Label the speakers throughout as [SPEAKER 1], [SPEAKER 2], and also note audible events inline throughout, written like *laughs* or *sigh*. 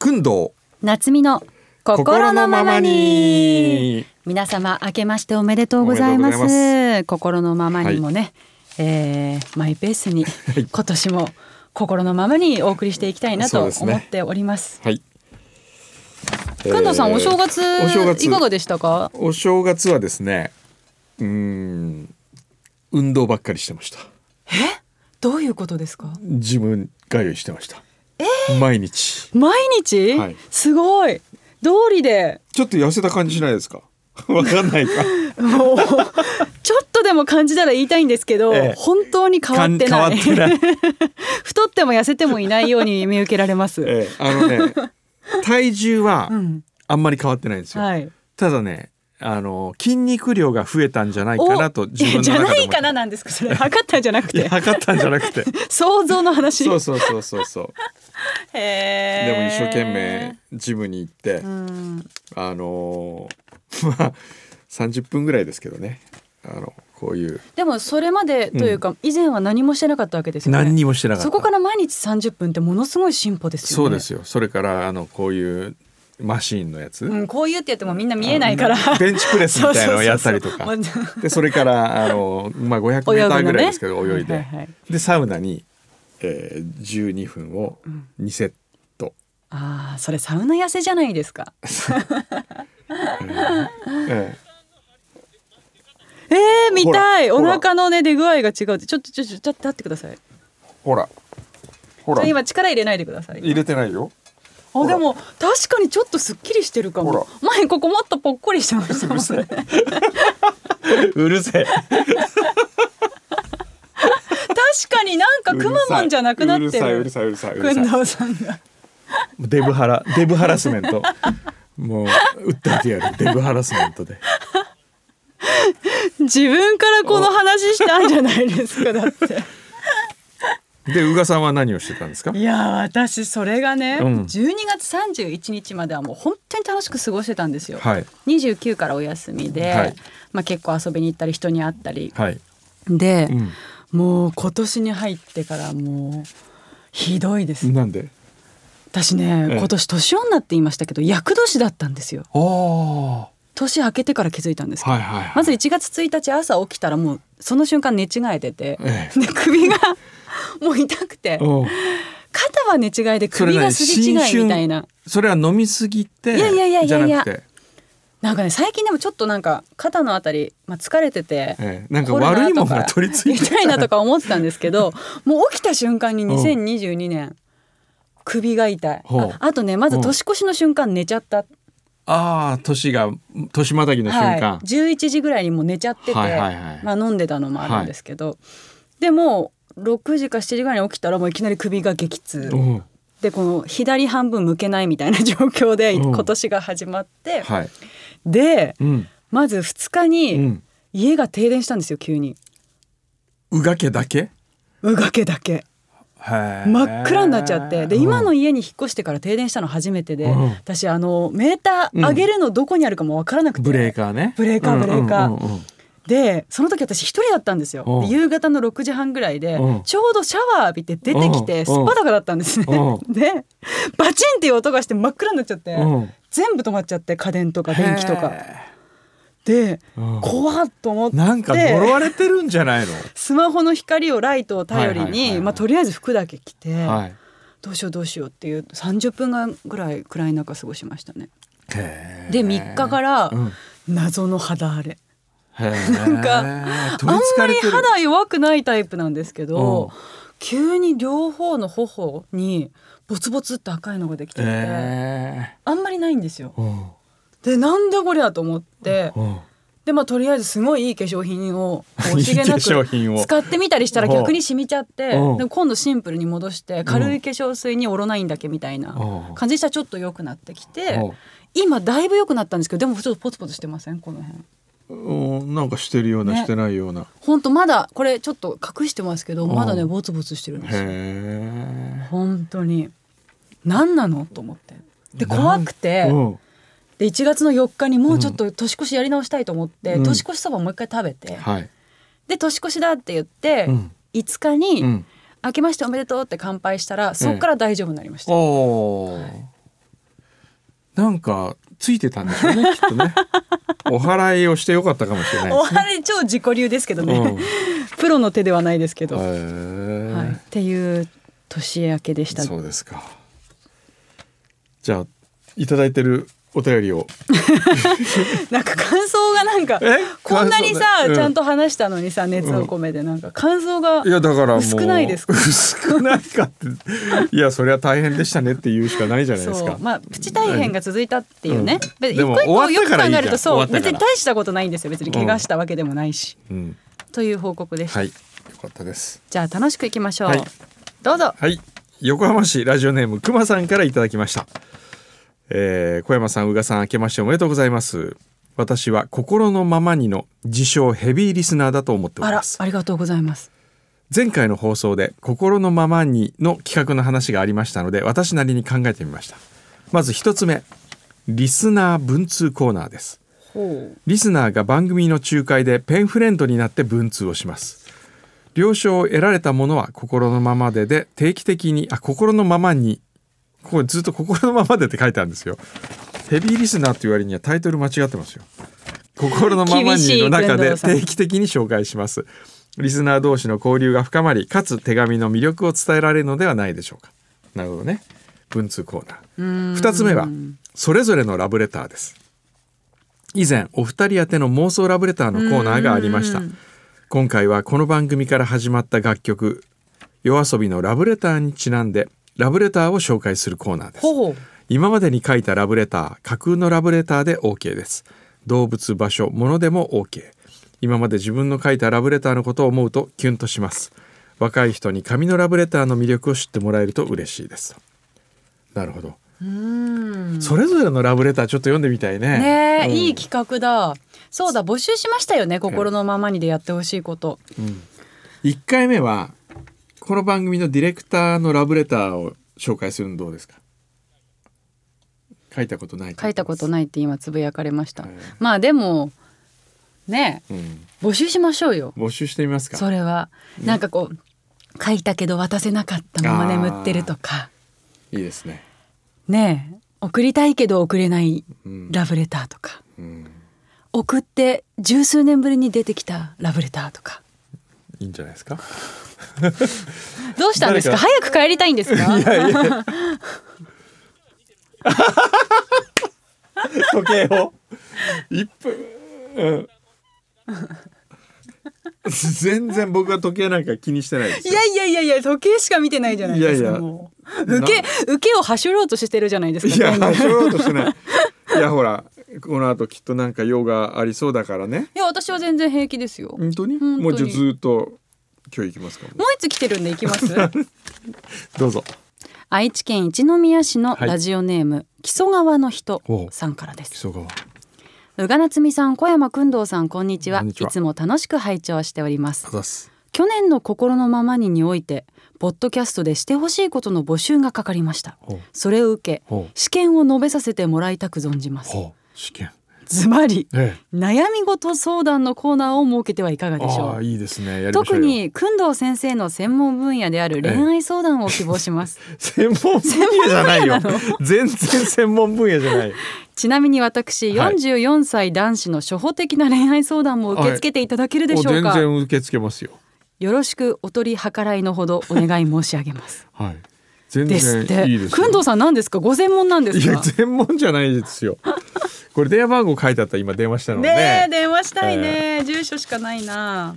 [SPEAKER 1] 運動
[SPEAKER 2] 夏美の心のままに皆様明けましておめでとうございます
[SPEAKER 1] おめでとうござ
[SPEAKER 2] 心のままにもね、えーマイペースに今年も心のままにお送りしていきたいな
[SPEAKER 1] そう
[SPEAKER 2] と
[SPEAKER 1] ですね
[SPEAKER 2] 思っております
[SPEAKER 1] はい
[SPEAKER 2] くんどうさん、
[SPEAKER 1] えー
[SPEAKER 2] お正月
[SPEAKER 1] お正月
[SPEAKER 2] いかがでしたか
[SPEAKER 1] お正月はですねうーん運動ばっかりしてました
[SPEAKER 2] どういうことですか
[SPEAKER 1] 自分通いしてました、毎日
[SPEAKER 2] 毎日、
[SPEAKER 1] はい
[SPEAKER 2] すごい通りで
[SPEAKER 1] ちょっと痩せた感じしないですか *laughs* わかんないか
[SPEAKER 2] もうちょっとでも感じたら言いたいんですけど、
[SPEAKER 1] ええ
[SPEAKER 2] 本当に変わって
[SPEAKER 1] か
[SPEAKER 2] なんい
[SPEAKER 1] 変わってない、 *laughs*
[SPEAKER 2] 太っても痩せてもいないように見受けられます、
[SPEAKER 1] ええあのね体重は
[SPEAKER 2] うん
[SPEAKER 1] あんまり変わってないんですよ、
[SPEAKER 2] はい
[SPEAKER 1] ただねあの筋肉量が増えたんじゃないかなと自分の
[SPEAKER 2] じ
[SPEAKER 1] 中
[SPEAKER 2] ゃ
[SPEAKER 1] で思っ
[SPEAKER 2] な
[SPEAKER 1] て
[SPEAKER 2] いかななんですかそれ測ったんじゃなく
[SPEAKER 1] いや
[SPEAKER 2] て
[SPEAKER 1] 測ったんじゃなくて
[SPEAKER 2] 想像の話
[SPEAKER 1] そうそうそうそう
[SPEAKER 2] *laughs*
[SPEAKER 1] そう
[SPEAKER 2] へ
[SPEAKER 1] で
[SPEAKER 2] ー
[SPEAKER 1] も一生懸命ジムに行って、
[SPEAKER 2] うん
[SPEAKER 1] あのー *laughs* まあ30分ぐらいですけどねあのこういう
[SPEAKER 2] でもそれまでというか、以前は何もしてなかったわけですよね
[SPEAKER 1] 何にもしてなかった
[SPEAKER 2] そこから毎日30分ってものすごい進歩ですよ
[SPEAKER 1] そ
[SPEAKER 2] ね
[SPEAKER 1] うですよそれからあのこういうマシーンのやつ、
[SPEAKER 2] うん、こういうってやってもみんな見えないから *laughs*
[SPEAKER 1] あのベンチプレスみたいなのをやったりとか
[SPEAKER 2] そうそうそ
[SPEAKER 1] *laughs*
[SPEAKER 2] う
[SPEAKER 1] でそれからあの、まあ、500
[SPEAKER 2] 泳
[SPEAKER 1] メー
[SPEAKER 2] ぐ
[SPEAKER 1] タ
[SPEAKER 2] の
[SPEAKER 1] ー
[SPEAKER 2] ね
[SPEAKER 1] ぐらいですけど泳いで、
[SPEAKER 2] はいはいはい
[SPEAKER 1] でサウナに、えー、12分を2セット、
[SPEAKER 2] ああそれサウナ痩せじゃないですか
[SPEAKER 1] え
[SPEAKER 2] えー、見たいお
[SPEAKER 1] ほら
[SPEAKER 2] 腹のね出具合が違うってちょっとちょっとちょっと立ってください
[SPEAKER 1] えほらほ
[SPEAKER 2] ちょ
[SPEAKER 1] ら
[SPEAKER 2] 今力入れないでください
[SPEAKER 1] 入れてないよ
[SPEAKER 2] あでも確かにちょっとすっきりしてるかも
[SPEAKER 1] ほ
[SPEAKER 2] 前ここもっとぽっこりしてましたもんね
[SPEAKER 1] *laughs* うるせえ
[SPEAKER 2] 確かになんかくまモンじゃなくなって
[SPEAKER 1] う
[SPEAKER 2] る
[SPEAKER 1] るさいうるさいうるさ
[SPEAKER 2] く
[SPEAKER 1] いうんるさい
[SPEAKER 2] どうさんが
[SPEAKER 1] デブハラデブハラスメントもう訴えてやるデブハラスメントで
[SPEAKER 2] 自分からこの話したんじゃないですかだって
[SPEAKER 1] *laughs* で宇賀さんは何をしてたんですか
[SPEAKER 2] いやー私それがね、
[SPEAKER 1] うん
[SPEAKER 2] 12月31日まではもう本当に楽しく過ごしてたんですよ、
[SPEAKER 1] はい
[SPEAKER 2] 29からお休みで、
[SPEAKER 1] はい
[SPEAKER 2] まあ、結構遊びに行ったり人に会ったり
[SPEAKER 1] はい、
[SPEAKER 2] で、
[SPEAKER 1] う
[SPEAKER 2] もう今年に入ってからもうひどいです
[SPEAKER 1] ん、なんで
[SPEAKER 2] 私ね、
[SPEAKER 1] ええ
[SPEAKER 2] 今年年女って言いましたけど厄年だったんですよ
[SPEAKER 1] ああは
[SPEAKER 2] 年明けてから気づいたんで
[SPEAKER 1] い
[SPEAKER 2] すけど、
[SPEAKER 1] はい、はい、
[SPEAKER 2] まず1月1日朝起きたらもうその瞬間寝違えてて、
[SPEAKER 1] え
[SPEAKER 2] で首がもう痛くて
[SPEAKER 1] おう
[SPEAKER 2] 肩は寝違いで
[SPEAKER 1] それ
[SPEAKER 2] 首がすり違
[SPEAKER 1] 何新
[SPEAKER 2] い
[SPEAKER 1] 春
[SPEAKER 2] みたいな
[SPEAKER 1] それは飲みすぎて
[SPEAKER 2] いやいやいやいやいや
[SPEAKER 1] じゃなくて、
[SPEAKER 2] なんかね最近でもちょっとなんか肩のあたり、まあ、疲れてて、
[SPEAKER 1] ええ、なんか
[SPEAKER 2] コロナと
[SPEAKER 1] 悪いものが取り付いて
[SPEAKER 2] 痛いなとか思ってたんですけど
[SPEAKER 1] *laughs*
[SPEAKER 2] もう起きた瞬間に
[SPEAKER 1] うん
[SPEAKER 2] 2022年首が痛い
[SPEAKER 1] ほう
[SPEAKER 2] ああとねまず年越しの瞬間寝ちゃった
[SPEAKER 1] *laughs* ああ年が年またぎの瞬間
[SPEAKER 2] は、い、11時ぐらいにもう寝ちゃってて、
[SPEAKER 1] はいはいはい
[SPEAKER 2] まあ、飲んでたのもあるんですけど、でもう6時か7時ぐらいに起きたらもういきなり首が激痛
[SPEAKER 1] うん
[SPEAKER 2] でこの左半分向けないみたいな状況で
[SPEAKER 1] うん
[SPEAKER 2] 今年が始まって、
[SPEAKER 1] はい
[SPEAKER 2] で
[SPEAKER 1] うん
[SPEAKER 2] まず2日
[SPEAKER 1] う
[SPEAKER 2] に
[SPEAKER 1] ん
[SPEAKER 2] 家が停電したんですよ急に
[SPEAKER 1] うがけだけ
[SPEAKER 2] うがけだけ真
[SPEAKER 1] 真
[SPEAKER 2] っ暗になっちゃってで今の家に引っ越してから停電したの初めてで、
[SPEAKER 1] うん
[SPEAKER 2] 私あのメーター上げるのどこにあるかも分からなくて、
[SPEAKER 1] ブレーカーね
[SPEAKER 2] ブレーカーブレーカー
[SPEAKER 1] うんうんうんうん
[SPEAKER 2] でその時私一人だったんですよ
[SPEAKER 1] うん
[SPEAKER 2] で夕方の6時半ぐらいで
[SPEAKER 1] うん
[SPEAKER 2] ちょうどシャワー浴びて出てき
[SPEAKER 1] う
[SPEAKER 2] て
[SPEAKER 1] ん
[SPEAKER 2] すっぱだかだったんですね
[SPEAKER 1] う
[SPEAKER 2] *laughs* でバチンっていう音がして真っ暗になっちゃって
[SPEAKER 1] うん
[SPEAKER 2] 全部止まっちゃって家電とか電気とかで
[SPEAKER 1] うん
[SPEAKER 2] 怖っと思っ
[SPEAKER 1] なんか呪
[SPEAKER 2] て
[SPEAKER 1] われてるんじゃないの
[SPEAKER 2] スマホの光をライトを頼り
[SPEAKER 1] はいはいはいは
[SPEAKER 2] に
[SPEAKER 1] い
[SPEAKER 2] まあとりあえず服だけ着て
[SPEAKER 1] はい
[SPEAKER 2] どうしようどうしようっていう30分ぐらい暗い中過ごしましたね
[SPEAKER 1] へー
[SPEAKER 2] で3日から
[SPEAKER 1] うん
[SPEAKER 2] 謎の肌荒れ
[SPEAKER 1] へー
[SPEAKER 2] なんかあん
[SPEAKER 1] 取りつ
[SPEAKER 2] ま
[SPEAKER 1] か
[SPEAKER 2] り
[SPEAKER 1] れてる
[SPEAKER 2] 肌弱くないタイプなんですけ
[SPEAKER 1] うん
[SPEAKER 2] ど急に両方の頬にボツボツって赤いのができてて、
[SPEAKER 1] へ
[SPEAKER 2] あんまりないんですよ
[SPEAKER 1] ーうん
[SPEAKER 2] でなんだこりゃと思って
[SPEAKER 1] うん
[SPEAKER 2] でまあとりあえずすごいいい化粧品を惜しげ
[SPEAKER 1] いい化
[SPEAKER 2] なく
[SPEAKER 1] 粧品を
[SPEAKER 2] 使ってみたりしたら
[SPEAKER 1] うん
[SPEAKER 2] 逆に染みちゃってで
[SPEAKER 1] うん
[SPEAKER 2] も今度シンプルに戻して軽い化粧水にオロナインだけみたいな
[SPEAKER 1] うん
[SPEAKER 2] 感じしたらちょっと良くなってきて
[SPEAKER 1] うん
[SPEAKER 2] 今だいぶ良くなったんですけどでもちょっとポツポツしてませんこの辺。
[SPEAKER 1] うんなんかしてるような
[SPEAKER 2] ね
[SPEAKER 1] してないような
[SPEAKER 2] ほんとまだこれちょっと隠してますけど
[SPEAKER 1] うん
[SPEAKER 2] まだねボツボツしてるんですよ
[SPEAKER 1] へ
[SPEAKER 2] 本当に何なのと思ってで
[SPEAKER 1] なん
[SPEAKER 2] 怖くて
[SPEAKER 1] えうん
[SPEAKER 2] で1月の4日にもうちょっと年越しやり直したいと思って、
[SPEAKER 1] うん
[SPEAKER 2] 年越しそばもう一回食べて、
[SPEAKER 1] はい
[SPEAKER 2] で年越しだって言って、
[SPEAKER 1] うん
[SPEAKER 2] 5日に、
[SPEAKER 1] うん
[SPEAKER 2] 明けましておめでとう」って乾杯したらそこから大丈夫になりました、
[SPEAKER 1] おーなんかついてたんでしょう
[SPEAKER 2] *laughs*
[SPEAKER 1] ねきっとねお祓いをしてよかったかもしれない
[SPEAKER 2] おはれ超自己流ですけどね、
[SPEAKER 1] うん
[SPEAKER 2] プロの手で *laughs* はないですけど、
[SPEAKER 1] へ
[SPEAKER 2] はい、っ
[SPEAKER 1] ー
[SPEAKER 2] ていう年明けでした
[SPEAKER 1] そうですかじゃあいただいてるお便りを
[SPEAKER 2] なんか感想がなんか
[SPEAKER 1] え
[SPEAKER 2] こんなにさ、
[SPEAKER 1] 感想ねうん
[SPEAKER 2] ちゃんと話したのにさ熱を込めてなんか感想が、
[SPEAKER 1] いやだからもう
[SPEAKER 2] 薄くないですか
[SPEAKER 1] 薄くないかっていやそれは大変でしたねって言うしかないじゃないです
[SPEAKER 2] そ
[SPEAKER 1] か
[SPEAKER 2] うまあプチ大変が続いたっていうね、
[SPEAKER 1] うん
[SPEAKER 2] 別に一
[SPEAKER 1] でも
[SPEAKER 2] 個一個
[SPEAKER 1] 終わ
[SPEAKER 2] よ
[SPEAKER 1] っ
[SPEAKER 2] く
[SPEAKER 1] たからいい
[SPEAKER 2] 考
[SPEAKER 1] じゃ
[SPEAKER 2] え
[SPEAKER 1] ん
[SPEAKER 2] るとそう
[SPEAKER 1] 終わった
[SPEAKER 2] 別
[SPEAKER 1] から
[SPEAKER 2] に大したことないんですよ別に怪我したわけでもないし、
[SPEAKER 1] うん、
[SPEAKER 2] という報告でした、
[SPEAKER 1] はいよかったです
[SPEAKER 2] じゃあ楽しくいきましょう、
[SPEAKER 1] はい
[SPEAKER 2] どうぞ
[SPEAKER 1] はい横浜市ラジオネームくまさんからいただきました、えー小山さん宇賀さん明けましておめでとうございます私は心のままにの自称ヘビーリスナーだと思ってお
[SPEAKER 2] あ
[SPEAKER 1] り
[SPEAKER 2] ら
[SPEAKER 1] ます
[SPEAKER 2] ありがとうございます
[SPEAKER 1] 前回の放送で「心のままに」の企画の話がありましたので私なりに考えてみましたまず一つ目リスナー文通コーナーです
[SPEAKER 2] ほう
[SPEAKER 1] リスナーが番組の仲介でペンフレンドになって文通をします了承を得られたものは心のままでで定期的にあ心のままにここずっと心のままでって書いてあるんですよヘビーリスナーっていう割にはタイトル間違ってますよ心のまま
[SPEAKER 2] 厳しい
[SPEAKER 1] にの中
[SPEAKER 2] 文
[SPEAKER 1] で
[SPEAKER 2] 藤さん
[SPEAKER 1] 定期的に紹介しますリスナー同士の交流が深まりかつ手紙の魅力を伝えられるのではないでしょうかなるほどね文通コーナー
[SPEAKER 2] うーん
[SPEAKER 1] 2つ目はそれぞれのラブレターです以前お二人宛ての妄想ラブレターのコーナーがありました
[SPEAKER 2] うん
[SPEAKER 1] 今回はこの番組から始まった楽曲「夜遊びのラブレターにちなんでラブレターを紹介するコーナーです
[SPEAKER 2] ほう
[SPEAKER 1] 今までに書いたラブレター架空のラブレターで OK です動物場所物でも OK 今まで自分の書いたラブレターのことを思うとキュンとします若い人に紙のラブレターの魅力を知ってもらえると嬉しいですなるほど
[SPEAKER 2] うーん
[SPEAKER 1] それぞれのラブレターちょっと読んでみたいね。
[SPEAKER 2] ねえ、
[SPEAKER 1] うん
[SPEAKER 2] いい企画だそうだ募集しましたよね心のままにでやってほしいこと、
[SPEAKER 1] 一回目はこの番組のディレクターのラブレターを紹介するのどうですか。書いたことない。
[SPEAKER 2] 書いたこと
[SPEAKER 1] い。
[SPEAKER 2] ないって今つぶやかれました、
[SPEAKER 1] はい
[SPEAKER 2] まあでもね
[SPEAKER 1] うん。
[SPEAKER 2] え募集しましょうよ
[SPEAKER 1] 募集してみますか。
[SPEAKER 2] それは、なんかこう書いたけど渡せなかったまま眠ってるとか
[SPEAKER 1] いいですね。
[SPEAKER 2] ねえ送りたいけど送れない
[SPEAKER 1] うん。
[SPEAKER 2] ラブレターとか、
[SPEAKER 1] うん
[SPEAKER 2] 送って十数年ぶりに出てきたラブレターとか
[SPEAKER 1] いいんじゃないですか。
[SPEAKER 2] どうしたんですか
[SPEAKER 1] 誰
[SPEAKER 2] 早く帰りたいんですか
[SPEAKER 1] *laughs* 時計を一分。うん。全然僕は時計なんか気にしてないです
[SPEAKER 2] い
[SPEAKER 1] よ。
[SPEAKER 2] やいやいやいや時計しか見てないじゃないですか
[SPEAKER 1] いやいや
[SPEAKER 2] もう受け受けを走ろうとしてるじゃないですか
[SPEAKER 1] いや、
[SPEAKER 2] 単に
[SPEAKER 1] 走ろうとしてない。いや、ほら、この後きっとなんか用がありそうだからね。
[SPEAKER 2] いや私は全然平気ですよもう
[SPEAKER 1] 本当に。
[SPEAKER 2] 当に
[SPEAKER 1] もうじゃ、ずっと。今日行きますか。
[SPEAKER 2] 一つ来てるんで行
[SPEAKER 1] *laughs*
[SPEAKER 2] きます
[SPEAKER 1] どうぞ。
[SPEAKER 2] 愛知県一宮市のラジオネーム、木曽川の人
[SPEAKER 1] おう
[SPEAKER 2] さんからです
[SPEAKER 1] 磯川。
[SPEAKER 2] 宇賀夏美さん小山君堂さんこんにちは
[SPEAKER 1] こんにちはい
[SPEAKER 2] つも楽しく拝聴しております
[SPEAKER 1] あざっす。
[SPEAKER 2] 去年の心のままににおいてポッドキャストでしてほしいことの募集がかかりました
[SPEAKER 1] ほう。
[SPEAKER 2] それを受け
[SPEAKER 1] ほう。
[SPEAKER 2] 試験を述べさせてもらいたく存じます
[SPEAKER 1] ほう。試験。
[SPEAKER 2] ズバリ
[SPEAKER 1] え
[SPEAKER 2] 悩み事相談のコーナーを設けてはいかが
[SPEAKER 1] え。
[SPEAKER 2] でし
[SPEAKER 1] あ
[SPEAKER 2] ょ
[SPEAKER 1] あ、
[SPEAKER 2] う
[SPEAKER 1] いいですね。やりましょ
[SPEAKER 2] 特
[SPEAKER 1] うよ。
[SPEAKER 2] に訓導先生の専門分野である恋愛相談を希望し
[SPEAKER 1] *laughs*
[SPEAKER 2] ます、
[SPEAKER 1] 専門分野じゃないよ
[SPEAKER 2] 専門分野な。
[SPEAKER 1] 全然専門分野じゃない。
[SPEAKER 2] ちなみに私
[SPEAKER 1] はい
[SPEAKER 2] 44歳男子の初歩的な恋愛相談も受け付けていただけるで
[SPEAKER 1] お
[SPEAKER 2] しょう
[SPEAKER 1] 全
[SPEAKER 2] か、
[SPEAKER 1] 然受け付けますよ。
[SPEAKER 2] よろしくお取り計らいのほどお願い申し上げます
[SPEAKER 1] *laughs* はい。全
[SPEAKER 2] です
[SPEAKER 1] 然
[SPEAKER 2] って
[SPEAKER 1] いいです
[SPEAKER 2] 訓
[SPEAKER 1] よ。
[SPEAKER 2] 導さん何ですかご専門なんで
[SPEAKER 1] い
[SPEAKER 2] す
[SPEAKER 1] や、
[SPEAKER 2] か
[SPEAKER 1] 専門じゃないですよ。これ電話番号書いてあった、今電話したの
[SPEAKER 2] ね
[SPEAKER 1] ね。
[SPEAKER 2] え電話したいね、住所しかないな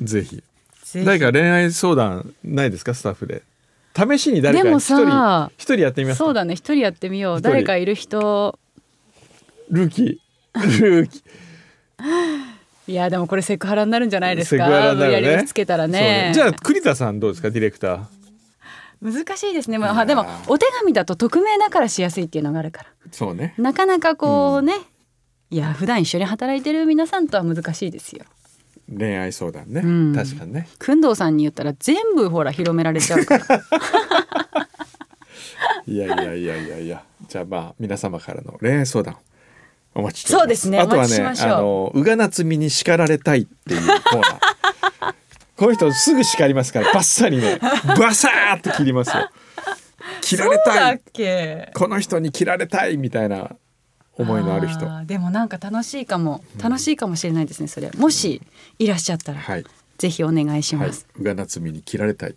[SPEAKER 1] ぜひ。
[SPEAKER 2] ぜひ
[SPEAKER 1] 誰か恋愛相談ないですかスタッフで試しに誰か
[SPEAKER 2] でも
[SPEAKER 1] 一人
[SPEAKER 2] さ
[SPEAKER 1] 一人やってみます
[SPEAKER 2] そう
[SPEAKER 1] か
[SPEAKER 2] だね一人やってみよう
[SPEAKER 1] 一人
[SPEAKER 2] 誰かいる人
[SPEAKER 1] ルー
[SPEAKER 2] *laughs*
[SPEAKER 1] キールーキー
[SPEAKER 2] いやでもこれセクハラになるんじゃないですか
[SPEAKER 1] セクハラになるね
[SPEAKER 2] 無理やりつけたら
[SPEAKER 1] そう
[SPEAKER 2] ね
[SPEAKER 1] ねじゃあ栗田さんどうですかディレクター
[SPEAKER 2] 難しいですね、ま
[SPEAKER 1] いや
[SPEAKER 2] あ、
[SPEAKER 1] ー
[SPEAKER 2] でもお手紙だと匿名だからしやすいっていうのがあるから
[SPEAKER 1] そうね
[SPEAKER 2] なかなかこうね、いや普段一緒に働いてる皆さんとは難しいですよ
[SPEAKER 1] 恋愛相談ね、
[SPEAKER 2] うん
[SPEAKER 1] 確かにね
[SPEAKER 2] くんどうさんに言ったら全部ほら広められちゃうから
[SPEAKER 1] いやいやいやいやいやじゃあまあ皆様からの恋愛相談お待ちしております
[SPEAKER 2] そうですね
[SPEAKER 1] あとは
[SPEAKER 2] お待ち
[SPEAKER 1] ね
[SPEAKER 2] しましょう
[SPEAKER 1] あの宇賀なつみに叱られたいっていうコーナー *laughs*
[SPEAKER 2] *laughs*
[SPEAKER 1] この人すぐ叱りますからバッサリねバサーって切りますよ切られたい
[SPEAKER 2] っけ
[SPEAKER 1] この人に切られたいみたいな思いのある人
[SPEAKER 2] ーでもなんか楽しいかも楽しいかもしれないですねそれもしいらっしゃったら、
[SPEAKER 1] はい
[SPEAKER 2] ぜひお願いし
[SPEAKER 1] はい
[SPEAKER 2] ます、
[SPEAKER 1] 宇賀夏美に切られたい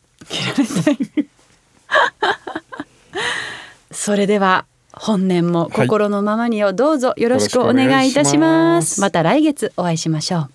[SPEAKER 2] それでは本年も
[SPEAKER 1] はい
[SPEAKER 2] 心のままにをどうぞよろしくお願いいたし
[SPEAKER 1] よろしくお願
[SPEAKER 2] ま
[SPEAKER 1] いします
[SPEAKER 2] すまた来月お会いしましょう